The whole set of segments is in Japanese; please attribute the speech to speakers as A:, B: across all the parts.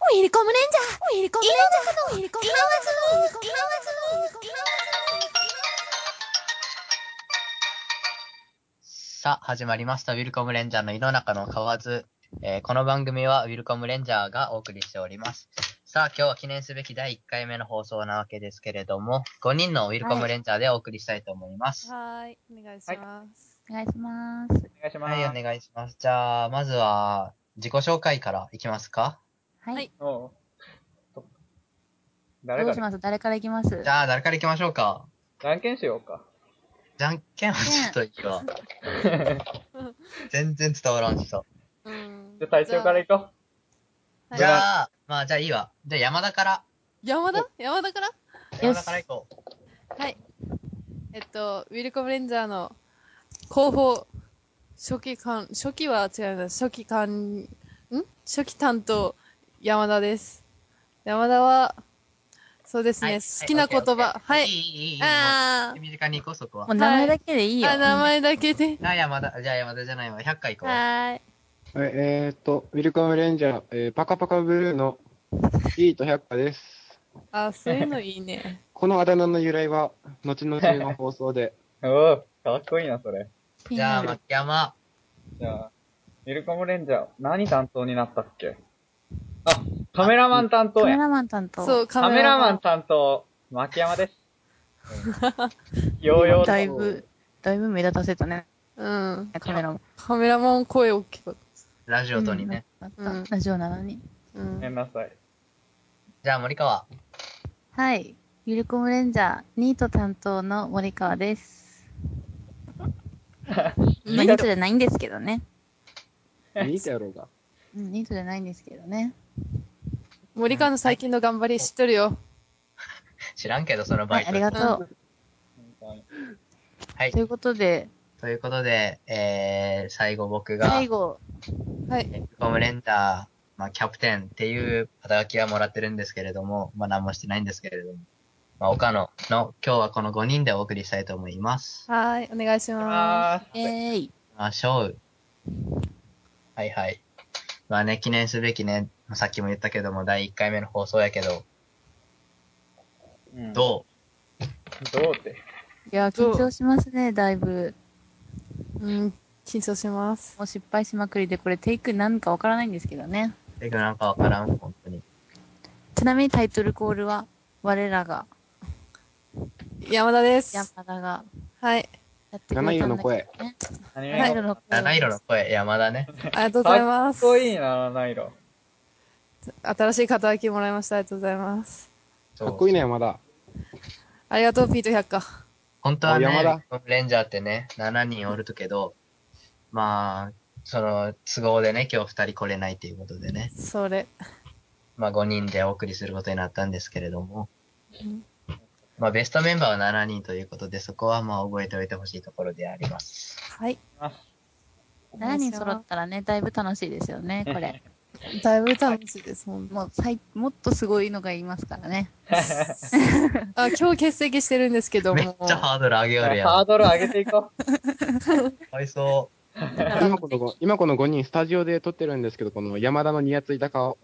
A: コムレンジャーウィリコムレンジャーウィリコムレンジャー
B: さあ、始まりました。ウィルコムレンジャーの井の中の河津。えーこの番組はウィルコムレンジャーがお送りしております。さあ、今日は記念すべき第1回目の放送なわけですけれども、5人のウィルコムレンジャーでお送りしたいと思います。
C: はーい、お願いします。
A: お願いします。
D: お願いします。
B: はい、お願いします。じゃあ、まずは、自己紹介からいきますか。
A: はい。
C: はい
D: おうと誰
A: ど
D: が
A: うします誰から行きます
B: じゃあ、誰からいきましょうか。
D: じゃんけんしようか。
B: じゃんけんはちょっといいわ。全然伝わらんしさ。
C: うん
D: じゃあ、隊長から
C: じ
D: いこ
C: ゃあ
B: じ
D: は
C: はい
B: ゃあ、まあ、じゃあいいわ。じゃあ、山田から。
C: 山田山田から
B: 山田からいこう。
C: はい。えっと、ウィルコムレンジャーの広報、初期官、初期は違うな、初期官、ん初期担当、山田です。山田は、そうですね、
B: はい
C: 好きな言葉、
B: は。
C: はいい。
B: いい、いい、いい。
C: あ
B: 身近に行こう、そこは
A: もう。名前だけでいい
C: ー
A: よ。
C: あ、名前だけで。
B: あ、山田、じゃあ山田じゃないわ。100回行こう。
C: はーい。
E: ええーっと、ウィルカムレンジャー、えーパカパカブルーのイート100課です。
C: あ、そういうのいいね。
E: このあだ名の由来は、後々の放 送で。
D: う。おう、かっこいいな、それ。
A: い
B: じ
A: いな
B: ゃあ、牧山。
D: じゃあ、ウィルコムレンジャー、何担当になったっけあ、カメラマン担当
A: カメ
D: や。
A: ラマン担当。
C: そう、
D: カ
C: カ
D: メ
C: メ
D: ラ
C: ラ
D: マ
C: マ
D: ン
C: ン。
D: 担当、牧山です。ヨーヨー
A: だいぶ、だいぶ目立たせたね、
C: うん。
A: カメラマン。
C: カメラマン声大きかっ
B: ラジオとにね。
A: うん。ラジオなのに。
C: た。うん
D: ご。めんなさい。
B: じゃあ、森川。
A: はい。ゆりこむレンジャー、ニート担当の森川 です。まあ、ニートじゃないんですけどね。
E: 見てやろうが。
A: うん、ニートじゃないんですけどね。
C: 森川の最近の頑張り知っとるよ。
B: 知らんけど、そのバ
A: は
B: イ
A: い、
B: ト。
A: ありがとう。
B: はい
A: とい。うことで、
B: ということで、えー、最後僕が、
A: 最後、
C: はい。
B: コムレンダー、まあ、キャプテンっていう肩書きはもらってるんですけれども、まあ、何もしてないんですけれども。まあ、岡野の、今日はこの5人でお送りしたいと思います。
C: はーい、お願いしま
D: あー、
A: えーい。
B: ましょう。はいはい。まあね、記念すべきね、さっきも言ったけども、第1回目の放送やけど、
D: うんど
B: ど
D: うって。
A: いや、
C: そう
A: 緊張しますね、だいぶ。
C: す。うん、緊張します。
A: もう失敗しまくりで、これテイク何かわからないんですけどね。
B: うてかなんかわからん、本当に。
A: ちなみにタイトルコールは、我らが、
C: 山田です。
A: 山田が
C: はい、
A: やってくれたんだけ
E: 七
A: ど
E: 色
A: ね
E: の声。
D: 何
A: 七色の声。
B: 七色の声、山田ね。
C: ありがとうございま
D: かっ
C: す。
D: こいいな、七色。
C: 新しい肩書きもらいました。ありがとうございます。
B: そ
E: か
B: う
E: っこいいね、山田。
C: ありがとう、ピート百科。
B: 本当は
E: あ山
B: ね
E: 田、
B: レンジャーってね、7人おるとけど、まあ、その、都合でね、今日2人来れないということでね、
C: それ。
B: まあ5人でお送りすることになったんですけれども
C: うん、
B: まあベストメンバーは7人ということで、そこはまあ覚えておいてほしいところであります。
C: はい。
A: 7人揃ったらね、だいぶ楽しいですよね、これ。
C: だいぶ楽しいです、ほんと
A: もう最、もっとすごいのがいますからね。
C: あ、今日欠席してるんですけど
B: めっ
C: も。
B: ちゃハードル上げよるやん。
D: ハードル上げていこう。
B: かわいそ
E: 今このご今この5人、スタジオで撮ってるんですけど、この山田のニヤついた顔。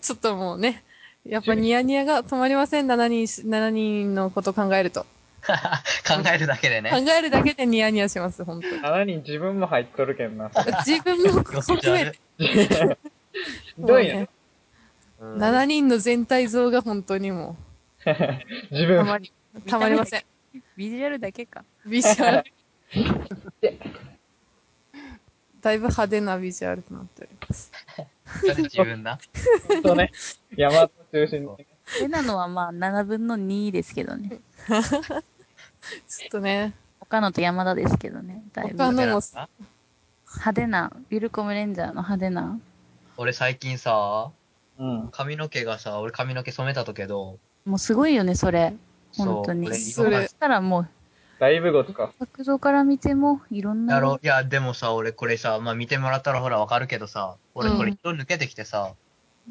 C: ちょっともうね。やっぱニヤニヤが止まりません、7人し、7人のこと考えると。
B: う。考えるだけで
C: 考
B: ね。
C: えるだけでニヤニヤします、ほんと。
D: 7人自分も入っとるけんな。
C: 自分も
B: よそ
C: 含
B: じゃあ
C: め
B: る
C: て。
D: ひどいね。
B: うん
C: 7人の全体像が本当にも
D: 自
A: あ
D: 分
A: まり、
C: う、たまりません。
A: ビジュアルだけか。
C: ビジュアル。だいぶ派手なビジュアルとなっております。
B: それ自分な。
D: とね、 山田中心に。
A: でなのはまあ、7分の2ですけどね。
C: ちょっとね、
A: 岡野と山田ですけどね。だいぶ
C: 他のも、
A: 派手な、ウィルコムレンジャーの派手な。
B: 俺最近さ、
D: うん。
B: 髪の毛がさ、俺髪の毛染めたとけど、
A: もうすごいよね、それ。
B: そう
A: 本当に。
B: 俺
A: そ
C: そ
B: れ
A: したらもう、
D: だいぶごつか。
A: 作像から見ても、いろんな
B: やろ
A: 色。
B: ういや、でもさ、俺これさ、まあ見てもらったらほらわかるけどさ、俺これ
C: うん
B: 色抜けてきてさ、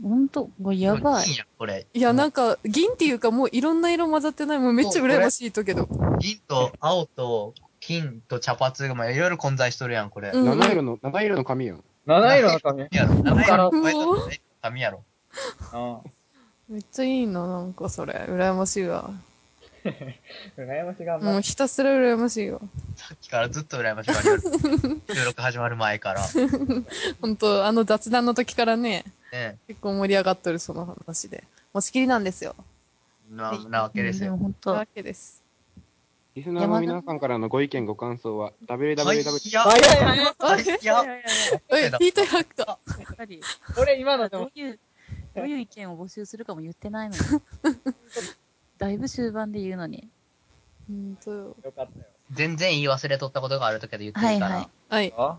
A: ほんと、これやばい
B: 銀。やん、これ。
C: いや、なんか、銀っていうかもういろんな色混ざってない。もうめっちゃ羨ましいとけど。
B: 銀と青と金と茶髪が、まあいろいろ混在しとるやん、これ。
C: うん
E: 七色の、七色の髪よ。
D: 七色の髪。
B: やろ。七色の
C: うお
B: 髪やろ。
D: あ
C: めっちゃいいな、なんかそれ。羨ましいわ。
D: あ。羨ましがんば
C: もう
D: っ
C: ひたすら羨ましいわ。
B: さっきからずっと羨ましがりよる 収録始まる前から。
C: ほんと、あの雑談の時からね、
B: ね、
C: 結構盛り上がっとる、その話で。持ちきりなんですよ。
B: な、なわけです
A: うん
B: よ。
A: も本
C: という
A: 当
C: わ、けです。
E: リスナーの皆さんからのご意見、ご感想は、
B: はい、
E: www、
B: いや、
D: た。あ、いやいやいや。
C: あ
B: いや、
C: おい、ヒートハックと。
A: やっぱり、
D: 俺今ので
A: ど
D: も
A: ういう、どういう意見を募集するかも言ってないの に。だいぶ終盤で言うのに。
C: ほんとよ。
D: よかったよ。
B: 全然言い忘れとったことがあるとけど言っていいかな。
A: はい
C: は
A: はい
C: い。
D: あ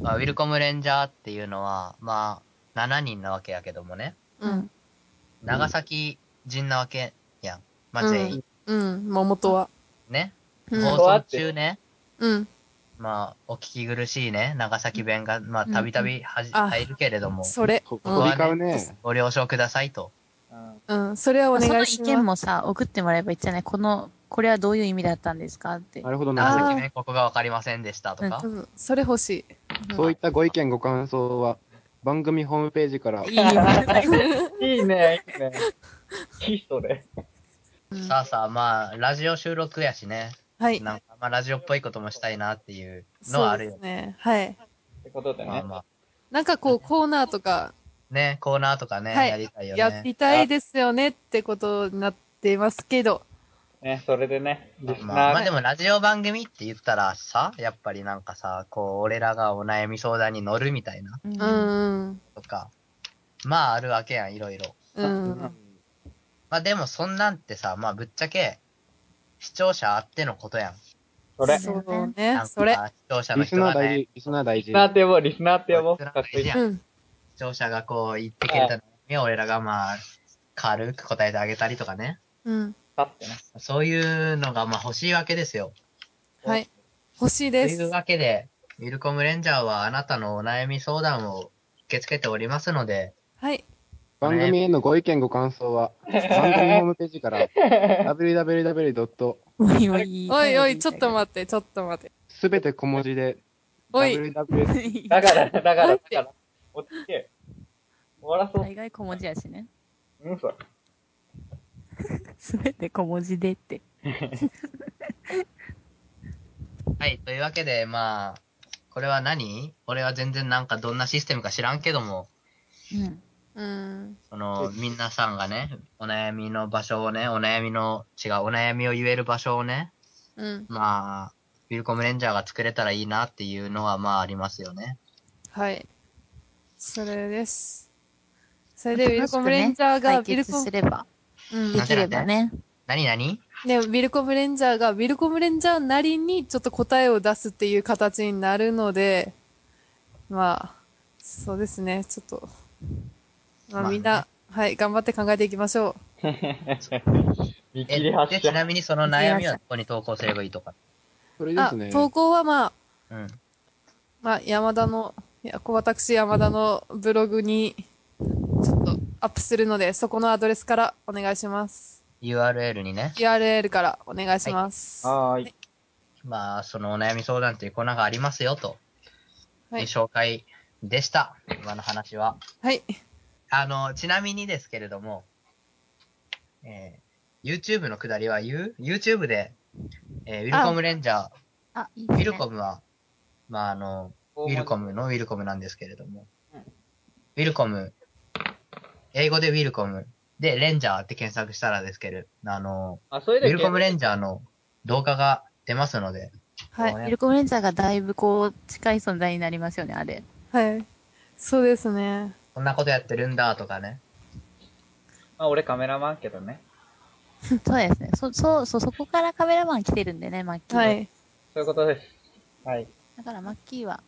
B: まあ、ウィルコムレンジャーっていうのは、まあ、7人なわけやけどもね。
C: うん。
B: 長崎人なわけやん。まあ、全員。
C: うん、まあ元は。
B: ね。
C: うん。
B: 放送中ね。
C: うん。
B: まあ、お聞き苦しいね、長崎弁が、まあ、
A: うん
B: たびたびはじ、
C: あ
B: 入るけれども、
C: それ。
E: 飛
C: うん
E: び交うね。
B: ご了承くださいと。
D: うん。
C: うん。それはお
A: そ
C: 願い
A: の意
C: し
A: 見
C: ま
A: もさ、送ってもらえばいいじゃないこの、これはどういう意味だったんですかって
E: な。るほど、なる
B: 長
E: ほ
B: 崎弁ここがわかりませんでしたと
C: す。
B: か
C: う。ん。それ欲しい。
E: ど。そういったご意見、ご感想は、番組ホームページから、
A: いいな。
D: いいね、いいね。いいそれ。
C: うん
B: さあさあ、まあ、ラジオ収録やしね。
C: はい。
B: なんか、まあ、ラジオっぽいこともしたいなっていうのは
C: そ
B: あ
C: う
B: る
C: で
B: よ
C: す
B: ね。
C: ね。はい。
D: ってことで
B: まあ
D: ね。
B: まあ。
C: なんかこう、コーナーとか、
B: ね、コーナーとかね、
C: はい
B: やりたいよね。
C: やりたいですよねってことになっていますけど、
D: ね、それでね、リス
B: まあ、
D: ナ
B: まあ
D: ー
B: でもラジオ番組って言ったらさ、やっぱりなんかさ、こう、俺らがお悩み相談に乗るみたいな
A: う
C: う。ん。
B: とか、まああるわけやん、いろいろ。
C: うん。
B: まあでもそんなんってさ、まあぶっちゃけ、視聴者あってのことやん。
D: それ。
A: そ
D: リ
A: う
C: そう
B: な
C: ね
B: ん。か
C: それ。
B: 視聴者の
E: リス
B: 人
E: ナ
B: が
E: ー大
B: ね
E: 事、、リスナー大
D: ス
E: 事。
D: ナーって呼ぼう、リスナーって呼ぼう。
B: リスナー
D: かっこいい
B: 大事や
C: うん。
B: 視聴者がこう言ってくれたのに、俺らがまあ、軽く答えてあげたりとかね。
C: うん。
D: 立ってね。
B: そういうのがまあ欲しいわけですよ。
C: はい。欲しい
B: と
C: で
B: いう
C: す。
B: わけで、ウィルコムレンジャーはあなたのお悩み相談を受け付けておりますので、
C: はい。
E: 番組へのご意見、ご感想は、番組ホームページ から、www.
A: おいおい。
C: おいおい、ちょっと
A: っ
C: 待って、ちょっと待って。
E: すべて小文字で、
C: おい、
E: www.
A: て。
D: だから、だから、
C: な
D: だ
C: ん
D: か
C: て
D: ら。落ち着け。終わらそう。
A: 大概小文字やしね。
D: うん、それ。
A: すべて小文字でって。
B: はい、というわけで、まあ、これは何俺は全然なんかどんなシステムか知らんけども、
A: うん。
C: うん。
B: その、皆さんがね、お悩みの場所をね、お悩みの、違う、お悩みを言える場所をね、
C: うん。
B: まあ、ウィルコムレンジャーが作れたらいいなっていうのはまあありますよね。
C: はい。それです。それで、ウィルコムレンジャーが、
A: 解
C: ウィル
A: 決
C: コム
A: す、れば。
C: うん
A: で。きればね。
B: 何何
C: ね、ウィルコムレンジャーが、ウィルコムレンジャーなりにちょっと答えを出すっていう形になるので、まあ、そうですね、ちょっと、まあ
B: まあね
C: みんな、はい、頑張って考えていきましょ
D: 見切
B: え
D: り発
B: で、
D: 車
B: ち。なみにその悩みはどこに投稿すればいいとか。
E: それ
C: う。
E: で
C: あ
E: すね、。
C: 投稿はまあ、
B: うん。
C: まあ、山田の、いや、こう私山田のブログに、ちょっとアップするので、そこのアドレスからお願いします。
B: URL にね。
C: URL からお願いします。は
D: はーい。
B: まあ、そのお悩み相談というコーナーがありますよ、と
C: い
B: いう。紹介でした。今の話は。
C: はい。
B: あの、ちなみにですけれども、えー YouTube のくだりは言う ?YouTube で、えーウィルコムレンジャー、
A: あ、いい
B: ウ
A: ね
B: ィルコムは、まああの、ウィルコムのウィルコムなんですけれども、
D: うん
B: ウィルコム、英語でウィルコム、で、レンジャーって検索したらですけれど、あの、
D: あ、それ
B: ウ
D: で、
B: ィルコムレンジャーの動画が出ますので、
C: はい
B: こう
A: ウ
B: ね
A: ィルコムレンジャーがだいぶこう、近い存在になりますよね、あれ。
C: はい。そうですね。
B: こんなことやってるんだとかね、
D: まあ、俺カメラマンけどね。
A: そうですね。そ、そう、そう、そこからカメラマン来てるんでね、マッキーは。
C: はい。
D: そういうことです。はい。
A: だからマッキーは、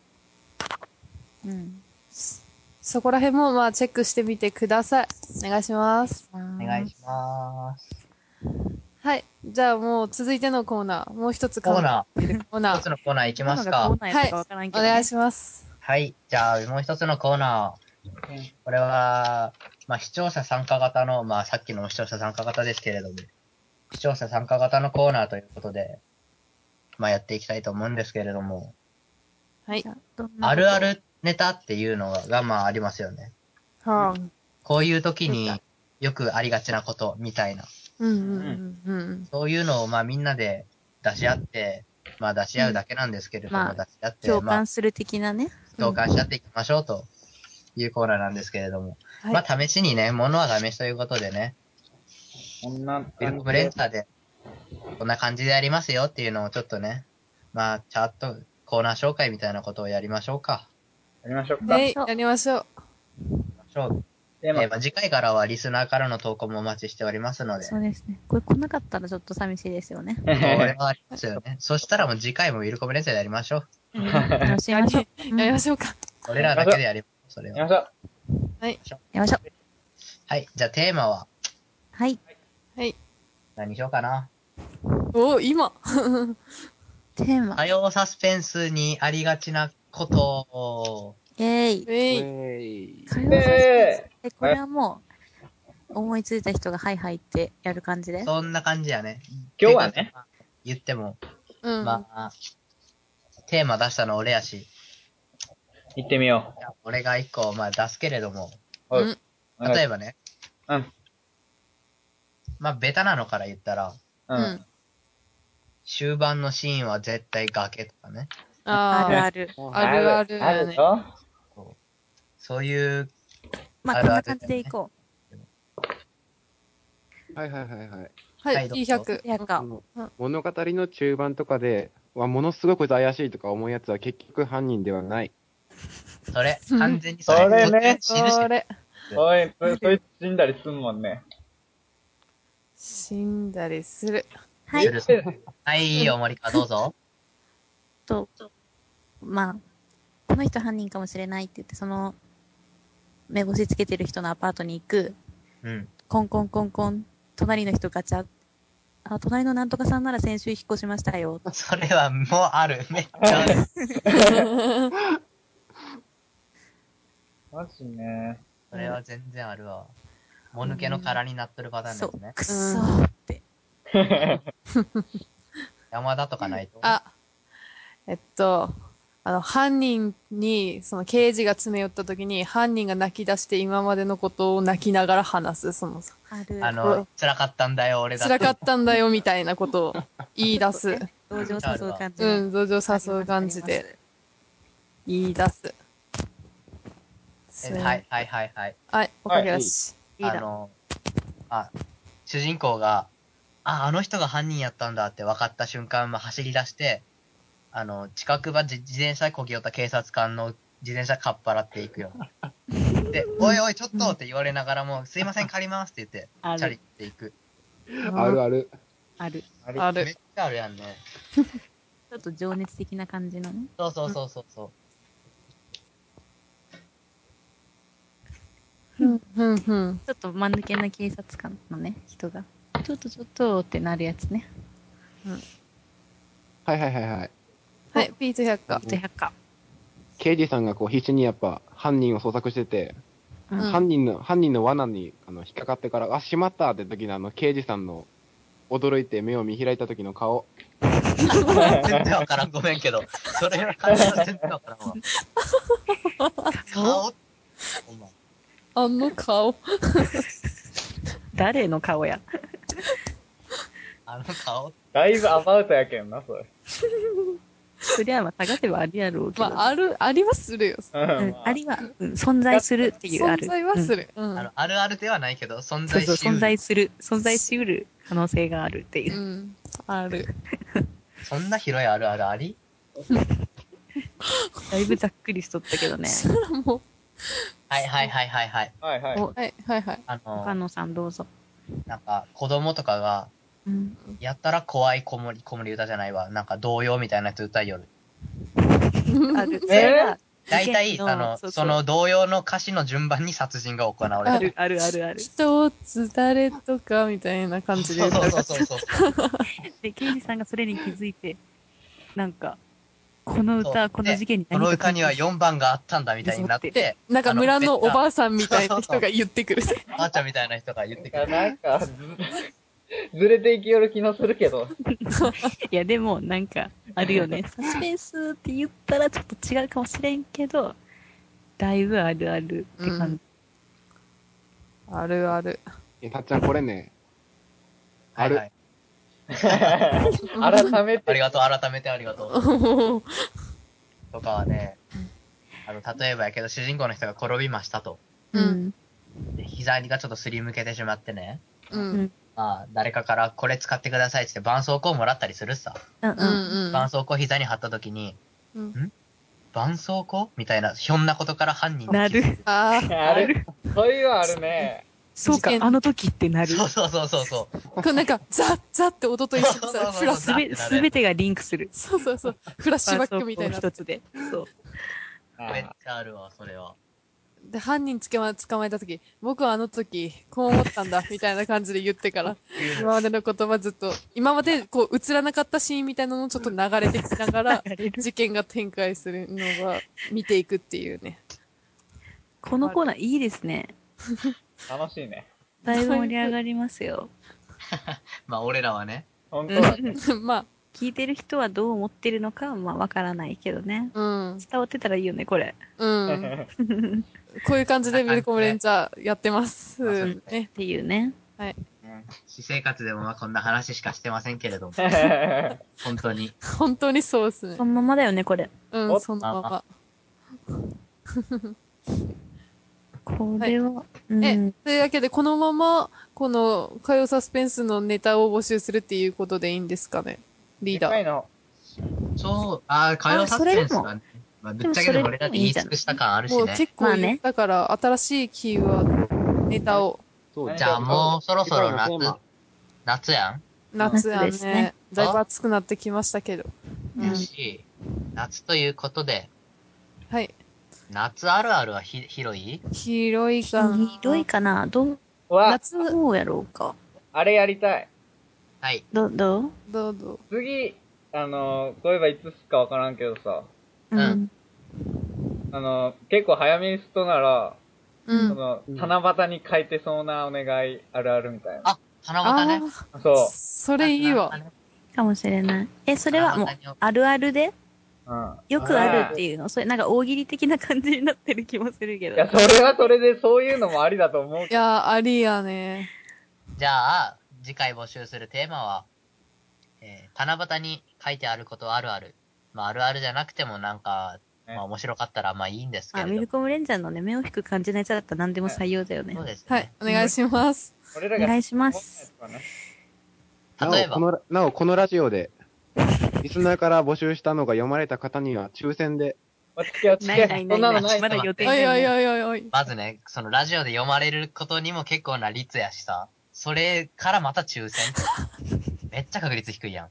A: うん。
C: そこら辺もまあチェックしてみてください。お願いします。
A: お
B: お願いします。
C: はい。じゃあもう続いてのコーナー、もう一つ
B: コー
C: ー。
B: ナ
C: コー
B: ー、
C: ナ
B: 一つ
C: ー。
B: のコーナー行き
A: き
B: ますか。
C: お願い
A: し
C: します。
B: はい。じゃあ、もう一つのコーナ
D: うん
B: ー。これは、まあ、視聴者参加型の、まあ、さっきの視聴者参加型ですけれども、視聴者参加型のコーナーということで、まあ、やっていきたいと思うんですけれども、
C: はい。
A: ます。
B: あるあ
A: る。
B: るネタっていうのが、まあ、ありますよね。
C: は
B: こういう時によくありがちなことみたいな。
C: うんうんうんうん。
B: そういうのをまあみんなで出し合って、まあ出し合うだけなんですけれども、
A: うんまあ
B: 出し合って、
A: 共
B: まあ
A: 感する的なね。
B: 共感し合っていきましょうというコーナーなんですけれども。
C: はい。
B: まあ試しにね、ものは試しということでね、
D: こんな
B: ウィル
D: 感
B: コ
D: じ
B: ムレンターでこんな感じでやりますよっていうのをちょっとね、まあチャットコーナー紹介みたいなことをやりましょうか。
D: やりましょうか。
C: はい、やりましょう。
B: やりましょう
D: テー
B: えーま
D: マ、
B: あ次回からはリスナーからの投稿もお待ちしておりますので。
A: そうですね。これ来なかったらちょっと寂しいですよね。
B: これはありますよね。そしたらもう次回もウィルコムレンターでやりましょう。
A: 楽しみましょう。うん
C: やり
A: や
C: ましょうか。
B: 俺らだけでやりましょう、それ
D: やり
B: は。
D: ましょう。
A: りましょう。
B: はい、じゃあテーマは
A: はい。
C: はい。
B: 何しようかな。
C: おー、今。
A: テーマ。
B: 火曜サスペンスにありがちなことを、
A: イェイ。
C: えい。
A: 火
E: い
A: 曜サスペン
D: で
A: ス。え、これはもう、思いついた人がはいはいってやる感じで。
B: そんな感じやね。
D: 今日はね。
B: 言っても、
C: うん。
B: まあ、テーマ出したの俺やし、
D: 行ってみよ
B: じゃあ俺が一個、まあ出すけれども、
D: う。
C: うん
D: おい
B: 例えばね、
D: うん。
B: まあベタなのから言ったら、
D: う。
C: うんん。
B: 終盤のシーンは絶対崖とかね。
A: ある
C: あ
A: ある。
C: あるある
D: あるよ。
B: そういう、
A: ま
B: あ
A: あ、
B: る
A: こん
B: あ
A: な
B: る
A: 感じでいこ
E: はいはいはいはい。
C: あ。は、
B: はいいどうぞ
C: T100。
A: う。やる
E: あ
A: か。
E: の
C: うん
E: 物語の中盤とかで、わものすごく怪しいとか思うやつは結局犯人ではない。
B: それ、
C: うん
B: 完全にそれ。
D: それね
B: 死ぬし
C: それ。
D: おい、そそいつ死んだりすんもんね。
C: 死んだりする。
A: は
B: す
A: い。
B: るぞはい、よ、森川どうぞ。
A: と、まあ、この人犯人かもしれないって言って、その、目星つけてる人のアパートに行く。
B: うん。
A: コンコンコンコン。隣の人ガチャ。あ、隣のなんとかさんなら先週引っ越しましたよ。
B: それはもうあ る。めっちゃある。
D: マジね。
B: それは全然あるわ。もぬけの殻になってるパターンで
A: そ
B: す
A: う
B: ね。。
A: くそーって。
B: 山田とかないと。
C: あ、えっと、あの、犯人に、その刑事が詰め寄った時に、犯人が泣き出して今までのことを泣きながら話す、その、
A: ある。
B: あ
C: そう
B: の、辛かったんだよ、俺だ
C: 辛かったんだよ、みたいなことを言い出す。
A: 同情誘う感じ
C: う
A: の。
C: ん、同情誘う感じ
A: あり
C: で言い出す。そう
B: えはい、はい、はい、はい。
C: はい、おかげだし。
B: あ
A: ます。リーダー
B: の、あ、主人公が、あ、あの人が犯人やったんだって分かった瞬間、まあ、走り出して、あの、近くば自自転車こぎ寄った警察官の自転車かっぱらってい くよ。で、おいおい、ちょっとって言われながらも、すいません、借りますって言っ
A: あ
B: て、
A: る
B: チャリっていく。
E: あるある。
A: ある。
D: あ
C: あ
B: めっ
C: る
B: ち。ゃあるやんね。
A: ちょっと情熱的な感じのね。
B: そうそうそうそうそう。
C: うん、うん。
A: ちょっと間抜けな警察官のね、人が。ちょっとちょっとってなるやつね。
E: はいはいはいはい。
C: はい、P200 か。
A: じゃ100か。
E: 刑事さんがこう必死にやっぱ犯人を捜索してて、
A: うん
E: 犯人の、犯人の罠にあの引っかかってから、あ、しまったって時のあの刑事さんの驚いて目を見開いた時の顔。
B: 全然わからん、ごめんけど。それは感じは全然わからん わ。顔お前
C: あの顔。
A: 誰の顔や。
B: あの顔
D: だいぶアバウトやけんな、それ。
A: そりゃまあ探せばあるやろうけ
C: ま
A: ど。
C: あ、ある、ありはするよ。
D: う
A: うん
D: んま
A: ありは、うん存在するっていうある。
C: 存在はす
A: る。
C: る。うん。
B: あの、あるあるではないけど、存
A: そう
B: 在し
A: そう、
B: うる
A: 存在する。存在しうる可能性があるっていうう。
C: ん。ある。
B: そんな広いあるあるあり
A: だいぶざっくりしとったけどね。
C: もう
B: はいはいはいはいはい。
D: あはいはい。
A: お
C: はい、はい、はい。
B: あ
A: 岡
B: の、
A: 野さんどうぞ。
B: なんか、子供とかが、
A: うん。
B: やったら怖い子守、子守歌じゃないわ。なんか童謡みたいなやつ歌いよる。
A: ある。それが
B: 大体、あの、
A: そうそ
B: そ
A: う
B: の童謡の歌詞の順番に殺人が行われ
A: あ
B: て
A: る
B: る。
A: あるあるある。
C: 一つ誰とかみたいな感じで言
B: そう
C: うと
B: そうそうそうそう。
A: で、刑事さんがそれに気づいて、なんか、この
B: そ
A: 歌、
B: う
A: この事件に
B: こ
A: 何か
B: の歌 には4番があったんだみたいになっ
A: で
B: て、
C: なんか村のおば
B: あ
C: あさんみたいな人が言ってくる。
B: の、ばあちゃんみたいな人が言ってくる。
D: なんか、ずずれていきよる気のするけど。
A: いや、でも、なんか、あるよね。サスペンスって言ったらちょっと違うかもしれんけど、だいぶあるあるって感じ。
C: あるある。
E: えたっちゃん、これね、あ
B: はい
E: る
B: はい。
D: 改め
B: あ
D: て、
B: りがとう、改めてありがとう。とかはね、あの、例えばやけど、主人公の人が転びましたと。
A: うん。
B: で、膝がちょっとすりむけてしまってね。
C: う。
A: うんん。
B: まあ、誰かからこれ使ってくださいって言って、絆創膏をもらったりするさ。
A: うん。
C: う
A: うん。
C: ん。
B: 絆創膏を膝に貼った時に、
C: うん。
B: 絆創膏みたいな、ひょんなことから犯人に
A: なる。。
C: ああ。
D: ある。そういうのあるね。
A: そうか
C: 事、件
A: あの時ってなる。
B: そうそうそうそう そう。
C: これなんか、ザッザッって音と一緒にさ、フラッシ
A: す
C: ュ、
B: なる
A: べ、
B: なる
A: すべてがリンクする。
C: そうそうそう、フラッシュバックみたい
A: 絆
C: な
A: 創膏。一つで。そう。
D: あ
B: めっちゃあるわ、それは。
C: で、犯人捕ま捕まえたとき、僕はあの時、こう思ったんだ、みたいな感じで言ってから、今までの言葉ずっと、今までこう映らなかったシーンみたいなのをちょっと流れてきながら、
A: 流れる
C: 事件が展開するのが見ていくっていうね。
A: このコーナーいいですね。
D: 楽しいね。
A: だいぶ盛り上がりますよ。
B: まあ、俺らはね。
D: 本当だね。
C: ま
A: 聞いてる人はどう思ってるのかは、まあ、わからないけどね。
C: あ、うん、
A: 伝わってたらいいよね、これ。
C: うん。こういう感じでウィルコムレンジャーやってます。
B: あそうです
C: ね。
B: ね
A: っていうね。
C: はい。
B: うん私生活でもまあこんな話しかしてませんけれども、本当に。
C: 本当にそうですね
A: そ。のままだよね、これ。
C: う
D: お
C: ん、そのまま。
A: これは、うん。
C: え、というわけで、このまま、この、火曜サスペンスのネタを募集するっていうことでいいんですかねリー
D: 次
C: ダー。
D: 回の、
B: そう、ああ、火曜サスペンスがね。まあ、ぶっちゃけでも俺らで言い尽くした感あるし
C: もう
B: ね。
C: 結
A: ま
C: 構
A: あね
C: 言ったから、新しいキーワード、ネタを、
E: そう
B: じゃあもうそろそろ夏
E: 次回のテーマ
B: 夏やん、
C: 夏や
A: 夏ですね
C: ね。だいぶ暑くなってきましたけど。
A: うん
B: よし、夏ということで、
C: はい。
B: 夏あるあるはひ広い
C: 広いかな。
A: ひどいかなどう、
D: は、
C: 夏、
A: どうやろうか。
D: あれやりたい。
B: はい。
A: ど、どう
C: どうぞ。
D: 次、あの、そういえばいつすかわからんけどさ、
A: う。
B: うん
D: あの、結構早めにすとなら、
C: う
D: そ
C: ん。
D: の、
E: うん
D: 七夕に書いてそうなお願いあるあるみたいな。
B: あ、七夕ね。
C: あー
D: そ
C: それいいわ。
A: かもしれない。え、それはもう
B: あ何を、
A: あるあるで
D: う。うん。
A: よくあるっていうのそれなんか大喜利的な感じになってる気もするけ
D: いや、
A: ど。
D: それはそれでそういうのもありだと思
C: い
D: う
C: やー、ありやね。
B: じゃあ、次回募集するテーマは、えー七夕に書いてあることあるある。まあ、あるあるじゃなくてもなんか、
D: ね
B: まあ面白かったらまあいいんですけ
A: あ、
B: れど
A: ウ
B: も
A: ィルコムレンジャーのね、目を引く感じのやつだったら何でも採用だよね
B: そう。ですね。
C: はい、お願いします。
D: 俺ら
A: お
D: が
A: 願いします。
D: 思ったやつはね
B: 例え
E: なお
B: ば、
E: このラなお、このラジオで、リスナーから募集したのが読まれた方には抽選で、
D: お付き合い、お付
A: な
D: き合
A: い
D: い、
A: ない
D: そんな
A: な
D: の
A: い
D: な
A: ないい。まだ予定
C: おいおい
A: ない。
C: おいおいおい。
B: まずね、そのラジオで読まれることにも結構な率やしさ、それからまた 抽選。めっちゃ確率低いやん。
D: あ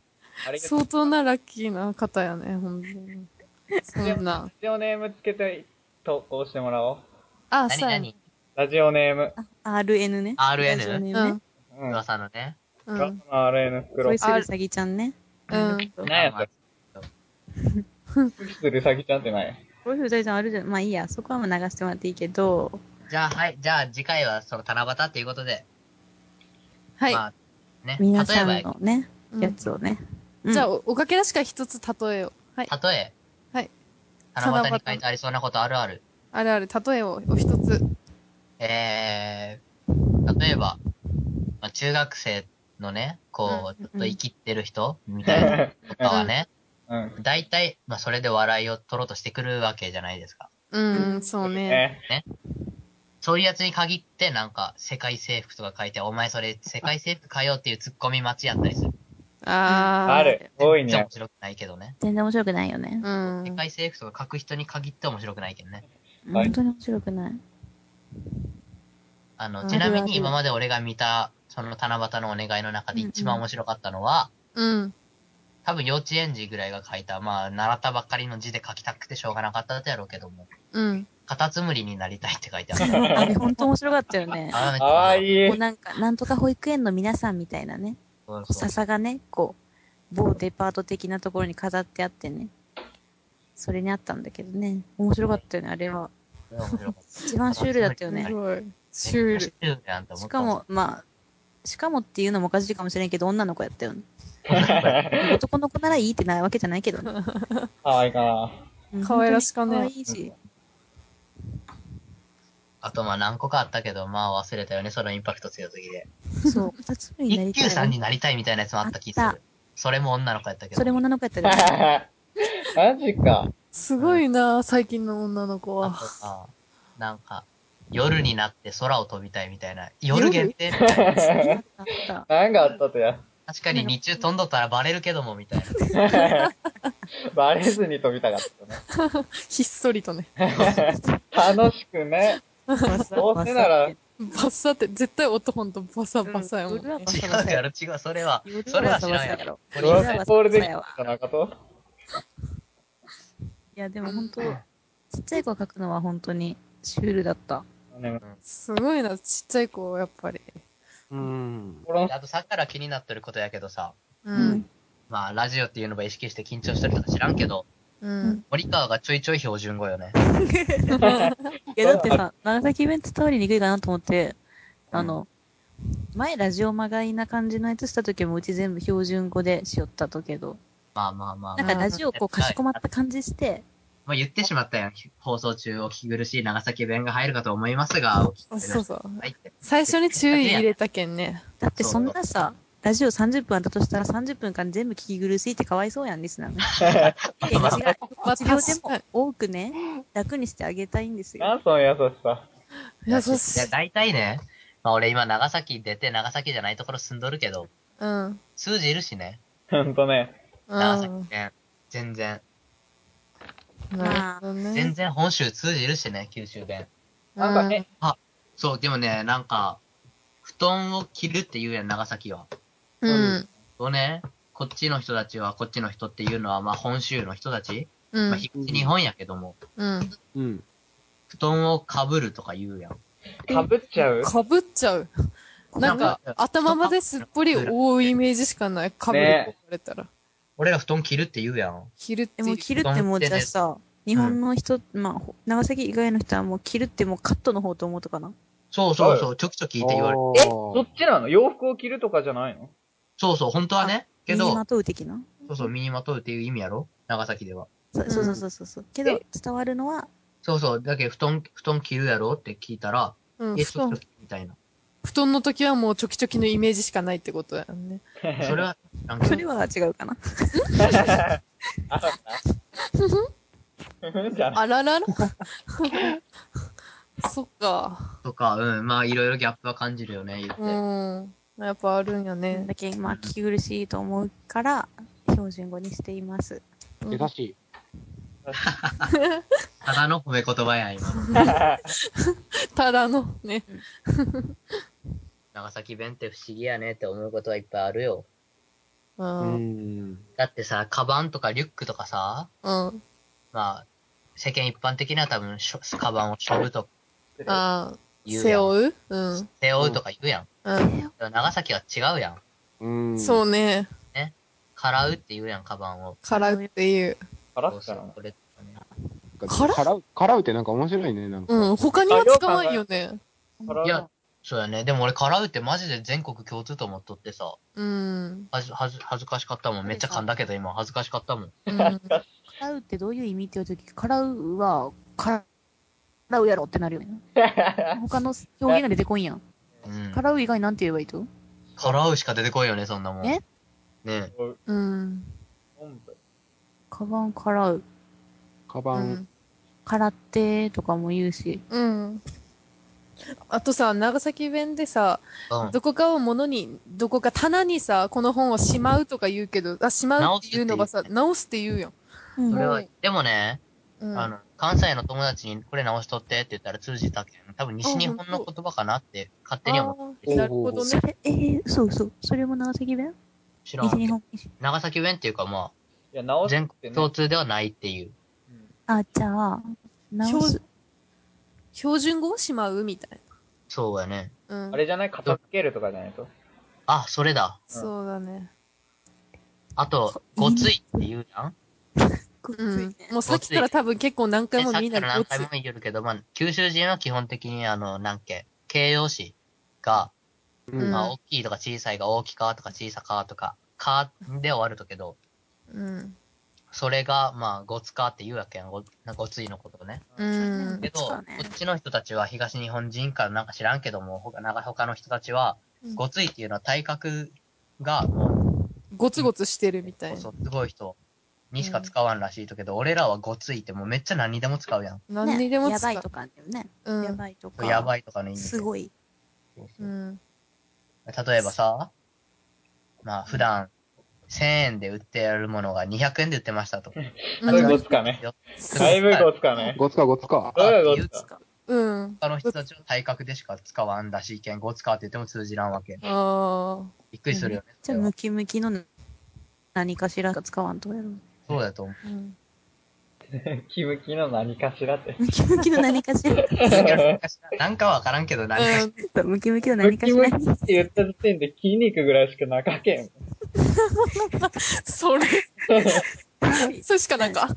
D: りがとう。
C: 相当なラッキーな方やね、ほんとに。そんな。
D: ラジオネームつけて投稿してもらおう。
C: あ、
B: 何
C: そうやね。
B: 何
D: ラジオネーム。
A: RN ね。ラジオ
C: う
B: ?RN?
A: ネームね
C: ん。
D: うん。
B: 噂のね。
C: う
D: ガス
C: ん。
D: の RN 袋
A: 恋。するサギちゃんね。
C: うん
D: 何やったっけするさきちゃんってない
A: こういうふうにあるじゃん。まあいいや、そこはもう流してもらっていいけど、
B: じゃあ、はい。じゃあ、次回はその七夕っていうことで。
C: はい。
B: まあ、ね。例え
A: 皆さ
B: ば
A: んのね、
C: うん
A: やつをね。
C: じゃあ、
A: あ、
C: おおかけらしか一つ例えを。はい。
B: 例え。
C: はい。
B: 七夕に書いてありそうなことあるある。
C: あるある、例えをお一つ。
B: えー、例えば、まあ、中学生のね、こう、
A: うん
B: ずっと生きってる人みたいなとかはね、
D: うん。
B: 大体、まあ、それで笑いを取ろうとしてくるわけじゃないですか。
C: うん、そうね。
D: ね。
B: そういうやつに限って、なんか、世界征服とか書いて、お前それ、世界征服かよっていうツッコミ待ちやったりする。
C: あー。
D: ある。多い
B: じゃ
D: ね
B: 面。白くないけどね。
A: 全然面白くないよね。
C: うん
B: 世。界征服とか書く人に限って面白くないけどね。
D: はい
A: 本当に面白くない。
B: あ
C: う
B: の、
C: ん
B: ちなみ
A: あるあ
B: に
A: る
B: 今まで俺が見た、その七夕のお願いの中で一番面白かったのは、
C: うん。
B: 多分幼稚園児ぐらいが書いた、まあ、習ったばっかりの字で書きたくてしょうがなかったやろうけども、
C: うん。
B: カタツムリになりたいって書いてあ る。
A: あれ、本当面白かったよ ね。
B: あ
D: かわいい
A: もう。なんか、なんとか保育園の皆さんみたいなね、
B: そうそう
A: 笹がね、こう、某デパート的なところに飾ってあってね、それにあったんだけどね、面白かったよね、あれは。
B: それは面白かっ
A: 一番シュールだったよ
C: す
A: ね。
C: ごい。
B: た
C: シュー
B: シ
C: ル。
B: ュールやんと思った。
A: しかも、まあ、しかもっていうのもおかしいかもしれんけど、女の子やったよね。男の子ならいいってないわけじゃないけど ね。
D: かわいいかな。
A: うん
C: 可愛らしかね
A: 本当に可愛いし。
B: あとまあ何個かあったけど、まあ忘れたよね、そのインパクト強すぎで。
A: そう、二つ目にな
B: 一
A: りた
B: 級さん
A: い
B: に。なりたいみたいなやつもあった気す
A: あっ
B: る。それも女の子やったけど。
A: それも7個やったけどね、
D: マジか。
C: すごいな、最近の女の子
B: あ
C: は。
B: とか、なんか、夜になって空を飛びたいみたいな。夜限定みたいな。
A: あった。
D: なんかあったとや。
B: 確かに日中飛んどったらバレるけども、みたいな。
D: バレずに飛びたかった
C: ひっそりとね。
D: ね。楽しくね。どうせなら、
C: バサって、絶対音ほんとバサバサやもん、
A: うんうるわ
C: ね。
A: バサ
B: 違
A: バ
B: う
A: サ
B: や
A: や
B: ろ、違う。それは
A: 夜、
B: それは
A: は
B: 知
A: さ
B: ら
A: わ
B: ん
A: さ
B: や
A: や
B: ろ。
A: ろ。
D: ド
A: 夜は
D: ラ
A: バサバサやわ
D: ッボールできた中と
A: いや、でも本当、ちっちゃい子が描くのは本当にシュールだった。
D: ね
C: すごいな、ちっちゃい子、やっぱり。
E: うん。
D: 心の
B: あとさっきから気になってることやけどさ、
C: う。。
A: うん
B: まあラジオっていうのば意識して緊張したりとか知らんけど、
C: うん。
B: 森川がちょいちょい標準語よね。
A: いや、だってさ、 長崎弁伝わりにくいかなと思って、あの、前ラジオまがいな感じのやつした時もうち全部標準語でしよったとけど、
B: まあまあまあ
A: なん
B: ま
A: か
B: あ。
A: ラジオこうかしこまった感じして、
B: まあ言ってしまったやん。放送中お聞き苦しい長崎弁が入るかと思いますが、お聞き
C: あ
B: 苦し
C: そうそう。
B: いって。
C: 最初に注意入れたけんね。
A: だってそんなさ、ラジオ30分あったとしたら30分間全部聞き苦しいってかわいそうやん、リスナーが。いや違う
C: まあ、
A: 一秒で
C: 確かに。
A: も多くね、楽にしてあげたいんですよ。
D: なんその優しさ。
C: 優
B: い
C: しい
B: や、。大体ね、まあ俺今長崎出て長崎じゃないところ住んどるけど、
C: うん。
B: 数字いるしね。
D: ほんとね。
C: うん。
B: 長
C: な
B: 崎
C: る
B: 弁。全然。
C: ほど
B: 全
C: ね。
B: 然本州通じるしね、九州弁。
D: なんかね、
B: そう、でもね、なんか、布団を着るって言うやん、長崎は。
C: うん。
B: とね、こっちの人たちはこっちの人っていうのは、まあ本州の人たち、
C: う
B: まあ
C: ん。
B: 東日本やけども、
C: うん。
E: うん。
B: 布団をかぶるとか言うやん。
D: かぶっちゃう
C: かぶっちゃう。なんか、頭まですっぽり覆うイメージしかない。かぶるって言われたら。
B: 俺ら布団着るって言うやん。
C: 昼って
A: で
C: 言
A: も
C: う。
A: 着るってもうじゃあさ、日本の人、まあ、ほ長崎以外の人はもう着るってもうカットの方と思うとかな。
B: そうそうそう、ちょきちょきって言われる。
D: えどっちなの洋服を着るとかじゃないの
B: そうそう、本当はね。け
A: 身に
B: ど
A: ま、とう的な。
B: そうそう、身にまとうっていう意味やろ長崎では。
A: そ
C: ん
A: そうそうそうそうそう。けど、伝わるのは、
B: そうそう、だけど布団、布団着るやろって聞いたら、
C: うん、
B: え、
C: 布
B: ちょき
C: 団
B: ちょきみたいな。
C: 布団の時はもうちょきちょきのイメージしかないってことだよね。
B: それは、なんか
A: そ、れは違うかな。
D: じゃない。
C: あら ららそっか。
B: とか、うん、まあいろいろギャップは感じるよね、言って。
C: うん。やっぱあるんやね。
A: だけまあ、聞き苦しいと思うから、標準語にしています。
C: うん
E: 優しい。
B: ただの褒め言葉やん、今の。
C: ただのね。
B: 長崎弁って不思議やねって思うことはいっぱいあるよ。
C: う。
E: うんん。
B: だってさ、カバンとかリュックとかさ、
C: うん。
B: まあ、世間一般的には多分しょ、カバンを背負うとか
C: あー
B: 言う
C: 背
B: やん。
C: 負ううん。
B: 背負うとか言うやん。
C: う
B: でも長崎は違うやん。
E: うん。
C: ん。そうね。
B: からうって言うやん、カバンを。
C: からうっていう。
D: カラスか
B: そうそう
D: な
B: これとかね
E: う。
C: から
E: からう、からうってなんか面白いね、なんか。
C: うん。他には使わんよね。
D: から
B: いや、そうやね。でも俺、からうってマジで全国共通と思っとってさ、
C: うん。
B: はず、はず、恥ずかしかったもん。めっちゃ噛んだけど今、恥ずかしかったもん。
C: うん。
A: からうってどういう意味って言うとき、からうは、からうやろってなるよね。他の表現が出てこいやん。
B: うん。
A: からう以外なんて言えばいいと
B: からうしか出てこいよね、そんなもん。
A: え
B: ね
C: うん。
D: 本部
A: カバンからう。
E: カ
C: う
E: バン。
C: ん。
A: からってとかも言うし。
C: うん。あとさ、長崎弁でさ、
B: うん。
C: どこかを物に、どこか棚にさ、この本をしまうとか言うけど、あ、しまうっていうのがさ、直すって言うやん。
A: うん
B: それは
C: もう、
B: でもね、
C: うん。
B: あの、関西の友達にこれ直しとってって言ったら通じたけん、多分西日本の言葉かなって勝手に思って
C: あー
B: る。
C: なるほどね
A: そ。れ、えー、そうそう。それも長崎弁
B: 知ら
A: 西日
B: ん。
A: 本。
B: 長崎弁っていうかま
D: いや、
B: あ、
D: 直す
B: 全
D: って
B: 国共
D: ね。
B: 通ではないっていう。
A: あ、じゃあ、直す。
C: 標準語をしまうみたい
B: そうやね。
C: な。うん。
D: あれじゃない片付けるとかじゃないと。
B: あ、それだ。
C: そうだね。
B: あと、ごついって言うやん。
C: うん。もうさっきから多分結構何回
B: で
C: も
B: さっ
C: み
B: き
C: ん
B: から
C: な
B: 何
C: ご
B: 回
C: つ
B: も言るけど、まあ、九州人は基本的にあの、なんけ、形容詞が、
E: うん
C: うん
B: まあ、大きいとか小さいが大きかとか小さかとか、かで終わるとけど、
C: うん。
B: それが、まあ、ごつかって言うわけやん。ごごついのことね。
C: うん。
B: けど、
A: そ
B: こ
A: うね
B: っちの人たちは東日本人からなんか知らんけども、他なんか他の人たちは、
C: うん
B: ごついっていうのは体格がも
C: ゴツゴツしてるみ
B: う、
C: たい
B: そう
C: な。
B: すごい人にしか使わんらしいとけど、俺らはごついってもうめっちゃ何にでも使うやん。
C: 何にでも
A: ねやばい
C: 使
A: とかだよね。
C: う。う
A: や
C: ん。
A: ばいとか。
B: やばいとかの意味で。
A: すごい。
B: そうそう
C: うん。
B: 例えばさ、まあ普段1000円で売ってやるものが200円で売ってましたと。
D: そういうことかね。だいぶこつかね。
E: ごつかごつか。
D: どういう
B: 言
D: こ
B: う
D: つか。
C: うん。
B: 他の人たちの体格でしか使わんだし、けんご使うって言っても通じらんわけ。
C: あ
B: びっくりするよね。
A: じゃあ、ムキムキの何かしらが使わんとやろう。
B: そうだと思う。
C: あ。うん。
D: キムキの何かしらって。
A: ムキムキの何かしら。
B: なんかわからんけど、何かし
A: ムキムキの
D: ム
A: 何か
D: キ
A: し
D: ム
A: ら
D: キ
A: に
D: っ。て言った時点で筋肉ぐらいしかなかけん。
C: それ、それしかなんか。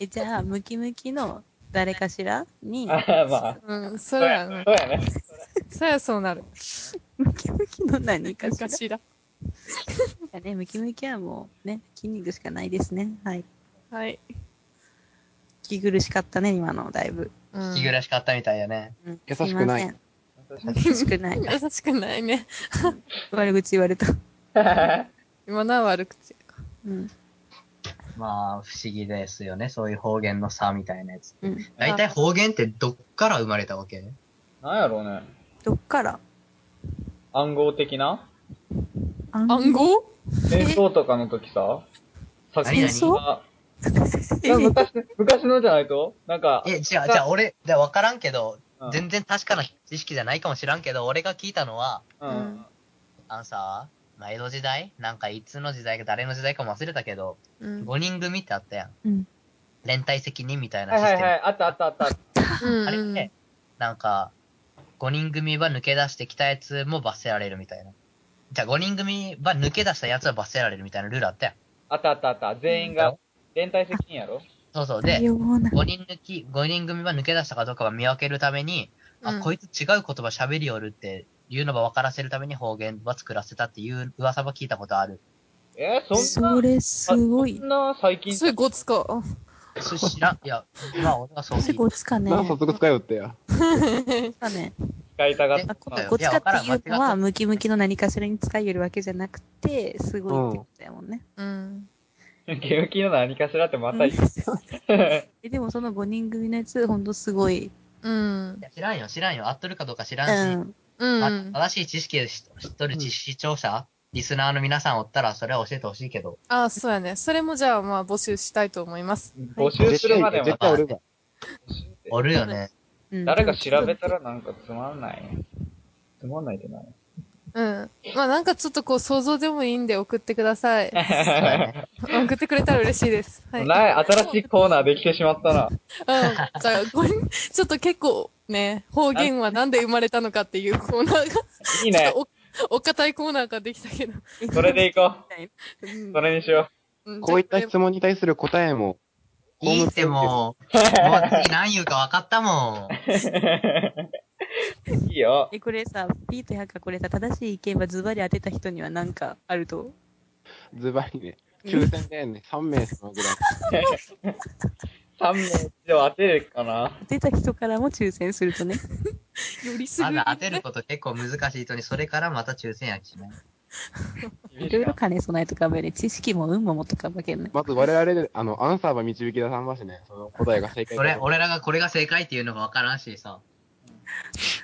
A: えじゃあ、ムキムキの誰かしらに、
D: ああ、まあ。
C: うん。そ
D: そう
C: れ
D: や
C: やな。。
D: ねそうやね。
C: そりゃそうなる。
A: ムキムキの何かしら。
C: 昔だ。
A: いやね、ムキムキはもうね、筋肉しかないですね。はい。
C: はい。
A: 気苦しかったね、今の、だいぶ。
C: う
B: ら
C: ん
B: 聞き苦しかったみたいやね。
A: うん
E: 優しくない
A: すません優しくない。
C: 優しくないね。
A: 悪口言われた。
C: 今のは悪口やか。
A: うん。
B: まあ、不思議ですよね。そういう方言の差みたいなやつ。
A: うん。
B: 大体方言ってどっから生まれたわけ
D: なんやろうね。
A: どっから
D: 暗号的な
C: 暗号
D: 戦争とかの時さ、作
B: 何々
D: 品がなんか昔の、昔のじゃないとなんか、
B: え、じゃあ、じゃあ俺、でわからんけど、
D: うん
B: 全然確かな知識じゃないかもしらんけど、俺が聞いたのは、
D: うん。
B: あのさ、まあ、江戸時代なんかいつの時代か誰の時代かも忘れたけど、
C: うん。
B: 5人組ってあったやん。
A: うん。
B: 連帯責任みたいな
D: は
B: シ
D: い
B: ス
D: は
B: テ
D: い
B: ム。
D: はい。あったあったあった。
C: うん
B: あれって、なんか、5人組は抜け出してきたやつも罰せられるみたいな。じゃあ5人組は抜け出したやつは罰せられるみたいなルールあったやん。
D: あったあったあった。全員が、連帯責任やろ
B: そうそう。
A: 多
B: で、
A: 様な。
B: 5人抜き、5人組は抜け出したかどうかは見分けるために、あ、こいつ違う言葉喋りよるっていうのば分からせるために方言は作らせたっていう噂は聞いたことある。
D: えー、そんな
A: そ、れすごい
D: そん。な最
C: うん。
D: 近
C: それごつか。
B: そ知らん。いや、まあ俺はそう
A: す
B: 聞い
A: ごいつかね。
E: な、早速使えよってや。
A: つかね。
D: 使いたがっ
B: え
D: た。
B: そうだよ
A: こっちか
B: い
A: ってい
B: やわ
A: う
B: から
A: の
B: ん間違
A: は、
B: っ
A: ムキムキの何かしらに使いよるわけじゃなくて、すごいってことやもんね。
C: うん。
D: ゲムキの何かしらってまた言う。
A: えでもその5人組のやつ、ほんとすごい。
C: うん
B: い。や知らんよ、知らんよ。合っとるかどうか知
A: う
B: らんし、
A: ん。
C: う
B: ま
C: ん。
B: 正しい知識を知知っとる実視聴者、リスナーの皆さんおったら、それは教えてほしいけど。
C: あ、そうやね。それもじゃあ、まあ、募集したいと思います。
D: 募集するまでも
E: 絶対俺が。
B: おるよね。
A: うん
D: 誰か調べたらなんかつまんない。つまんないってな
C: うん。まあ、なんかちょっとこう、想像でもいいんで送ってください。
B: そうやね
C: 送ってくれたら嬉しいです。はい。うん。じゃ
D: ない、新しいコーナーできてしまったな。
C: あ、これ、ちょっと結構ね、方言はなんで生まれたのかっていうコーナーが、
D: いいね。
C: お、お堅いコーナーができたけど。
D: それでいこ
C: う
D: う。
C: ん
D: それにしよ
C: うん
E: こういった
C: じゃあ
E: 質問に対する答えも、
B: いいってもう、もう次何言うか分かったもん。
D: う。いいよ。
A: え、これさ、ピート100かこれさ、正しい意見はズバリ当てた人には何かあると。
E: ズバリね、抽選でね、3名様ぐらい。
D: 3名以上当てるかな。
A: 当てた人からも抽選するとね。
C: これよりすぐ
B: ま
C: り
B: だ
C: ね、
B: 当てること結構難しいとに、それからまた抽選やしね。
A: いろいろ兼ね備えとかべね、知識も運も持っとかばけんね。
E: まず我々で、あの、アンサーは導き出さんばしね、その答えが正解
B: 俺、
E: か。
B: 俺らがこれが正解っていうのが分からんしさ。っ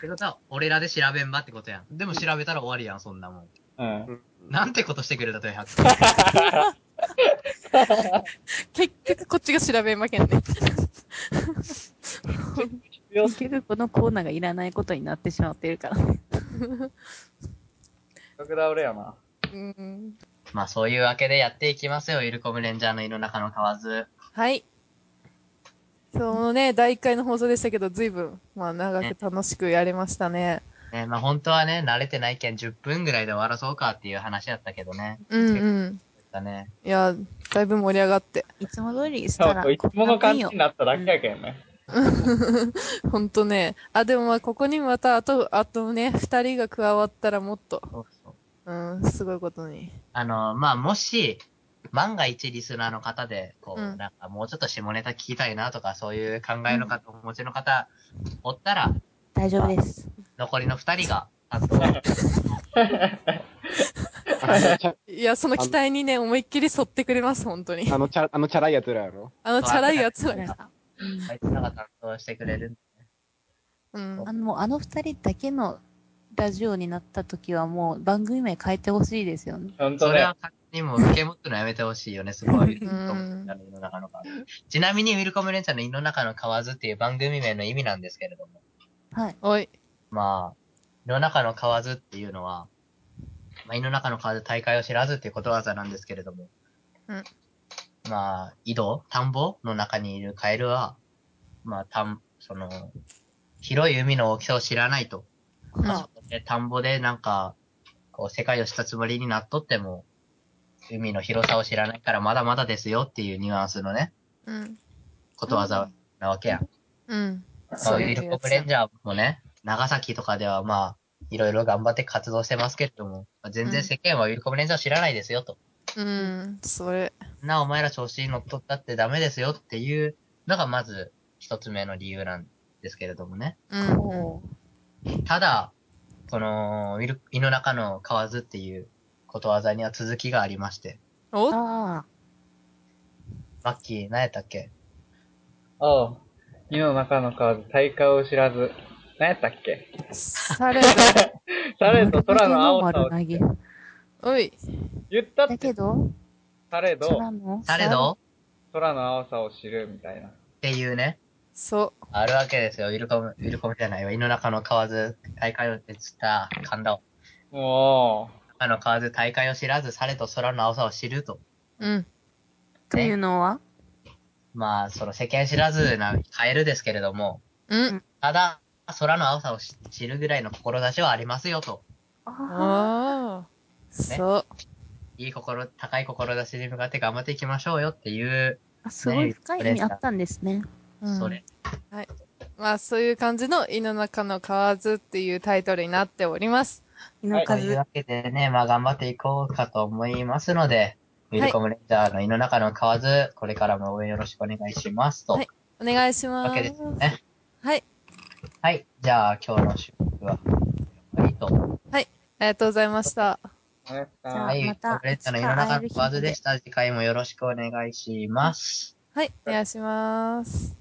B: てことは、俺らで調べんばってことやん。でも調べたら終わりやん、そんなもん。
D: うん。
B: なんてことしてくれたとや、100
C: 結局こっちが調べまけんね。
D: よ
A: 結局このコーナーがいらないことになってしまってるから。
D: 格倒れやな。
C: うん。
B: まあそういうわけでやっていきますよ、イルコムレンジャーの井の中の河津。
C: はい。そのね、第1回の放送でしたけど、随分、まあ、長く楽しくやれましたね。
B: ね、まあ本当はね、慣れてないけん10分ぐらいで終わらそうかっていう話だったけどね。
C: うんうん。
B: だね。
C: いや、だいぶ盛り上がって。
A: いつも通りし
D: で
A: た
D: もこ
A: ら、
D: いつもの感じ
A: よ
D: に。なっただけやけんね。
C: ほんとね。あ、でもまあ、ここにまた、あと、あとね、二人が加わったらもっと、
B: そうそう。
C: うん、すごいことに。
B: あの、まあもし、万が一リスナーの方で、こう、
C: うん
B: なんかもうちょっと下ネタ聞きたいなとか、そういう考えの方、お持ちの方、おったら、
A: 大丈夫です。
B: 残りの二人が担当、
E: あの、チャ
C: いや、その期待にね、思いっきり沿ってくれます、本当に。
E: あのチャあのチャラいやつらやろ
C: あのチャラいやつ
A: わかりま
C: ら。
A: した
B: あいつらが担当してくれる。
C: うん
A: あ。の、もうあの二人だけのラジオになった時はもう番組名変えてほしいですよね。
D: ほんと
B: それ
D: ね
B: は。勝手にもう受け持つのやめてほしいよね、すごい。
C: うん
B: あの井の中の川ちなみに、ウィルコムレンチャーの井の中の河津っていう番組名の意味なんですけれども、
A: はい。
C: おい。
B: まあ、井の中の河津っていうのは、まあ、井の中の河津大会を知らずっていうことわざなんですけれども、
C: うん
B: まあ、井戸、田んぼの中にいるカエルは、まあ、田ん、その、広い海の大きさを知らないと。まあ、そこで田んぼでなんか、こう、世界をしたつもりになっとっても、海の広さを知らないからまだまだですよっていうニュアンスのね、
C: うん。
B: ことわざなわけや。
C: うん。
B: まあ、
C: そ
B: ウ
C: ういう
B: ィル
C: や
B: コ
C: つ
B: ブレンジャーもね、長崎とかではまあ、いろいろ頑張って活動してますけれども、まあ全
C: う
B: 然
C: ん
B: 世間はウィルコブレンジャーを知らないですよと。
C: うん。それ。
B: な、お前ら調子に乗っとったってダメですよっていうのがまず一つ目の理由なんですけれどもね。
C: うん。
A: も
B: ただ、この、ウィル、胃の中の河津っていうことわざには続きがありまして、
A: う、
C: お
A: ああ、
B: マッキー、何やったっけ
D: おう。井の中の川で大会を知らず。何やったっけ
C: され。
D: サレド、空の青さ
A: 丸
D: を
A: 投げ。
C: おい。
D: 言ったっ
A: だ
D: て
A: け、ど、
D: サレド、
A: 空の。
B: されど
D: 空の青さを知るみたいな。
B: っていうね、
C: そ
B: あるわけですよ。ウィルコム、ウィルコムじゃないわ。胃の中の河津大会を知った神田を。
D: も
B: あの河津大会を知らず、されと空の青さを知ると。
C: う。うん。
A: っていうのは、
B: まあ、その世間知らずなカエルですけれども、
C: うん。
B: ただ、空の青さを知知るぐらいの志はありますよと。
A: ああ、
C: ああ。そう。
B: いい心、高い志に向かって頑張っていきましょうよっていう、
A: あすごい深い意味あったんですね。
C: うん
B: それ。
C: まあ、そういう感じの、井の中の河津っていうタイトルになっております。
A: 井の
B: という
A: 数。
B: わけでね、まあ頑張っていこうかと思いますので、ウ
C: い
B: ィルコムレンジャーの井の中の河津、これからも応援よろしくお願いしますと。
C: はいお願いしま。
B: わけですすね。
C: はい。
B: はい。じゃあ今日の収録は、終わりと。
C: ありがとうございました。
D: う、
A: じ
D: なん
A: ゃあ
D: か
B: はい、
A: また
B: ウィルコムレンジャーの井の中の河津でした。次回もよろしくお願いします。
C: はい。お願いします。